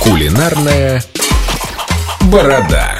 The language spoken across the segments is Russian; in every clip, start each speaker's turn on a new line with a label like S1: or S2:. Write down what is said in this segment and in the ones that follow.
S1: Кулинарная борода.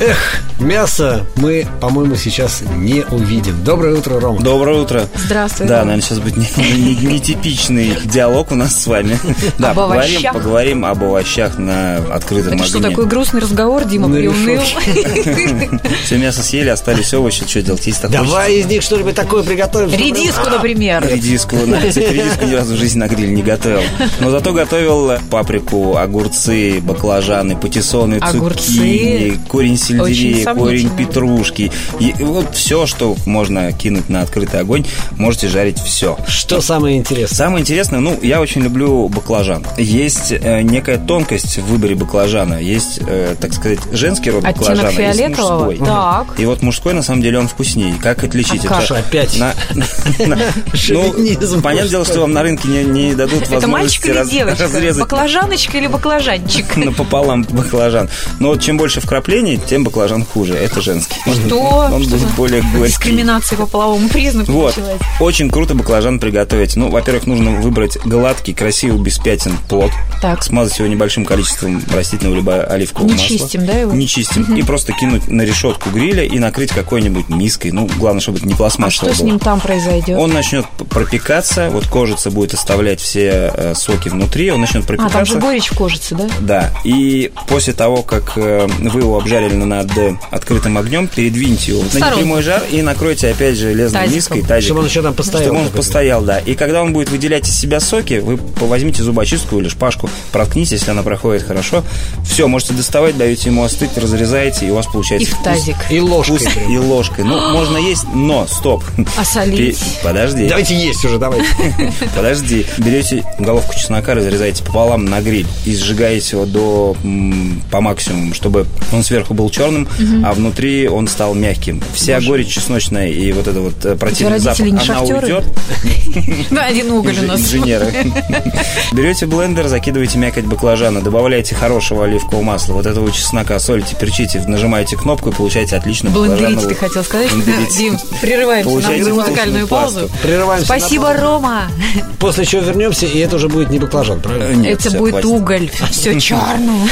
S2: Эх, мясо мы, по-моему, сейчас не увидим. Доброе утро, Рома.
S3: Доброе утро.
S4: Здравствуй.
S3: Да, наверное, сейчас будет нетипичный диалог у нас с вами. Да,
S4: Об
S3: поговорим,
S4: овощах.
S3: поговорим об овощах на открытом
S4: Это что,
S3: огне.
S4: такой грустный разговор, Дима
S3: Ну,
S2: На
S4: приуныл?
S3: Все мясо съели, остались овощи, что делать? Есть так хочется.
S2: Давай из них что-нибудь такое приготовим. чтобы-
S4: Редиску, например.
S3: Редиску, на, кстати, редиску ни разу в жизни на гриле не готовил. Но зато готовил паприку, огурцы, баклажаны, патиссоны,
S4: Огурцы.
S3: цукини, корень сельдерея,
S4: сомнительно.
S3: корень петрушки. И вот все, что можно кинуть на открытый огонь, можете жарить все.
S2: Что самое интересное?
S3: Самое интересное, ну, я очень люблю баклажан. Есть э, некая тонкость в выборе баклажана. Есть, э, так сказать, женский род
S4: Оттенок
S3: баклажана, есть
S4: фиолетового?
S3: мужской.
S4: Так.
S3: И вот мужской, на самом деле, он вкуснее. Как отличить?
S4: А как?
S2: Что, опять?
S3: на- на-
S2: Шовинизм
S3: Ну, понятное дело, что вам на рынке не- не дадут
S4: Это
S3: возможности
S4: мальчик или
S3: раз-
S4: девочка?
S3: разрезать
S4: Баклажаночка или баклажанчик?
S3: пополам баклажан. Но вот чем больше вкраплений, тем баклажан хуже. Это женский.
S4: Что?
S3: Он
S4: Что
S3: будет
S4: за
S3: более горький.
S4: Дискриминация по половому признаку
S3: Вот.
S4: началась.
S3: Очень круто баклажан приготовить. Ну, во-первых, нужно выбрать гладкий, красивый, без пятен плод.
S4: Так.
S3: Смазать его небольшим количеством растительного либо оливкового
S4: Не
S3: масла.
S4: чистим, да, его?
S3: Не чистим. И просто кинуть на решетку гриля и накрыть какой-нибудь миской. Ну, главное, чтобы это не
S4: А
S3: пластмассовое
S4: что с
S3: было.
S4: ним там произойдет?
S3: Он начнет п- пропекаться, вот кожица будет оставлять все э, соки внутри, он начнет
S4: А,
S3: пропекаться.
S4: там же горечь в кожице, да?
S3: Да, и после того, как э, вы его обжарили над э, открытым огнем, передвиньте его на
S4: Сторонку.
S3: непрямой жар и накройте опять железной
S4: Тазиком.
S3: миской тазиком.
S2: Чтобы он еще там постоял.
S3: Чтобы он
S2: какой-то.
S3: постоял, да. И когда он будет выделять из себя соки, вы возьмите зубочистку или шпажку, проткните, если она проходит хорошо. Все, можете доставать, даете ему остыть, разрезаете, и у вас
S4: И
S3: получается
S4: в
S3: вкус-
S4: тазик.
S2: И ложкой.
S3: Вкус
S2: прям.
S3: и ложкой. Ну, можно есть, но стоп.
S4: А солить?
S3: Пе- Подожди.
S2: Давайте есть уже, давайте.
S3: Подожди, берете головку чеснока, разрезаете пополам на гриль и сжигаете его до м, по максимуму, чтобы он сверху был черным, а внутри он стал мягким. Вся горечь чесночная и вот это вот э, противный запах,
S4: родители не
S3: она
S4: шахтеры?
S3: уйдет.
S4: Да, один уголь у
S3: Инж-
S4: нас.
S3: инженеры. Берете блендер, закидываете мякоть баклажана, добавляете хорошего оливкового масла, вот этого чеснока, солите, перчите, нажимаете кнопку и получаете отлично
S4: Блендерить, ты хотел сказать? Дим, прерываемся
S3: Получаете
S4: на музыкальную
S3: вкусную пасту.
S4: паузу.
S2: Прерываемся. на
S4: Спасибо,
S2: паузу.
S4: Рома.
S2: После чего вернемся, и это уже будет не баклажан, правильно?
S4: Это будет уголь. Все черное.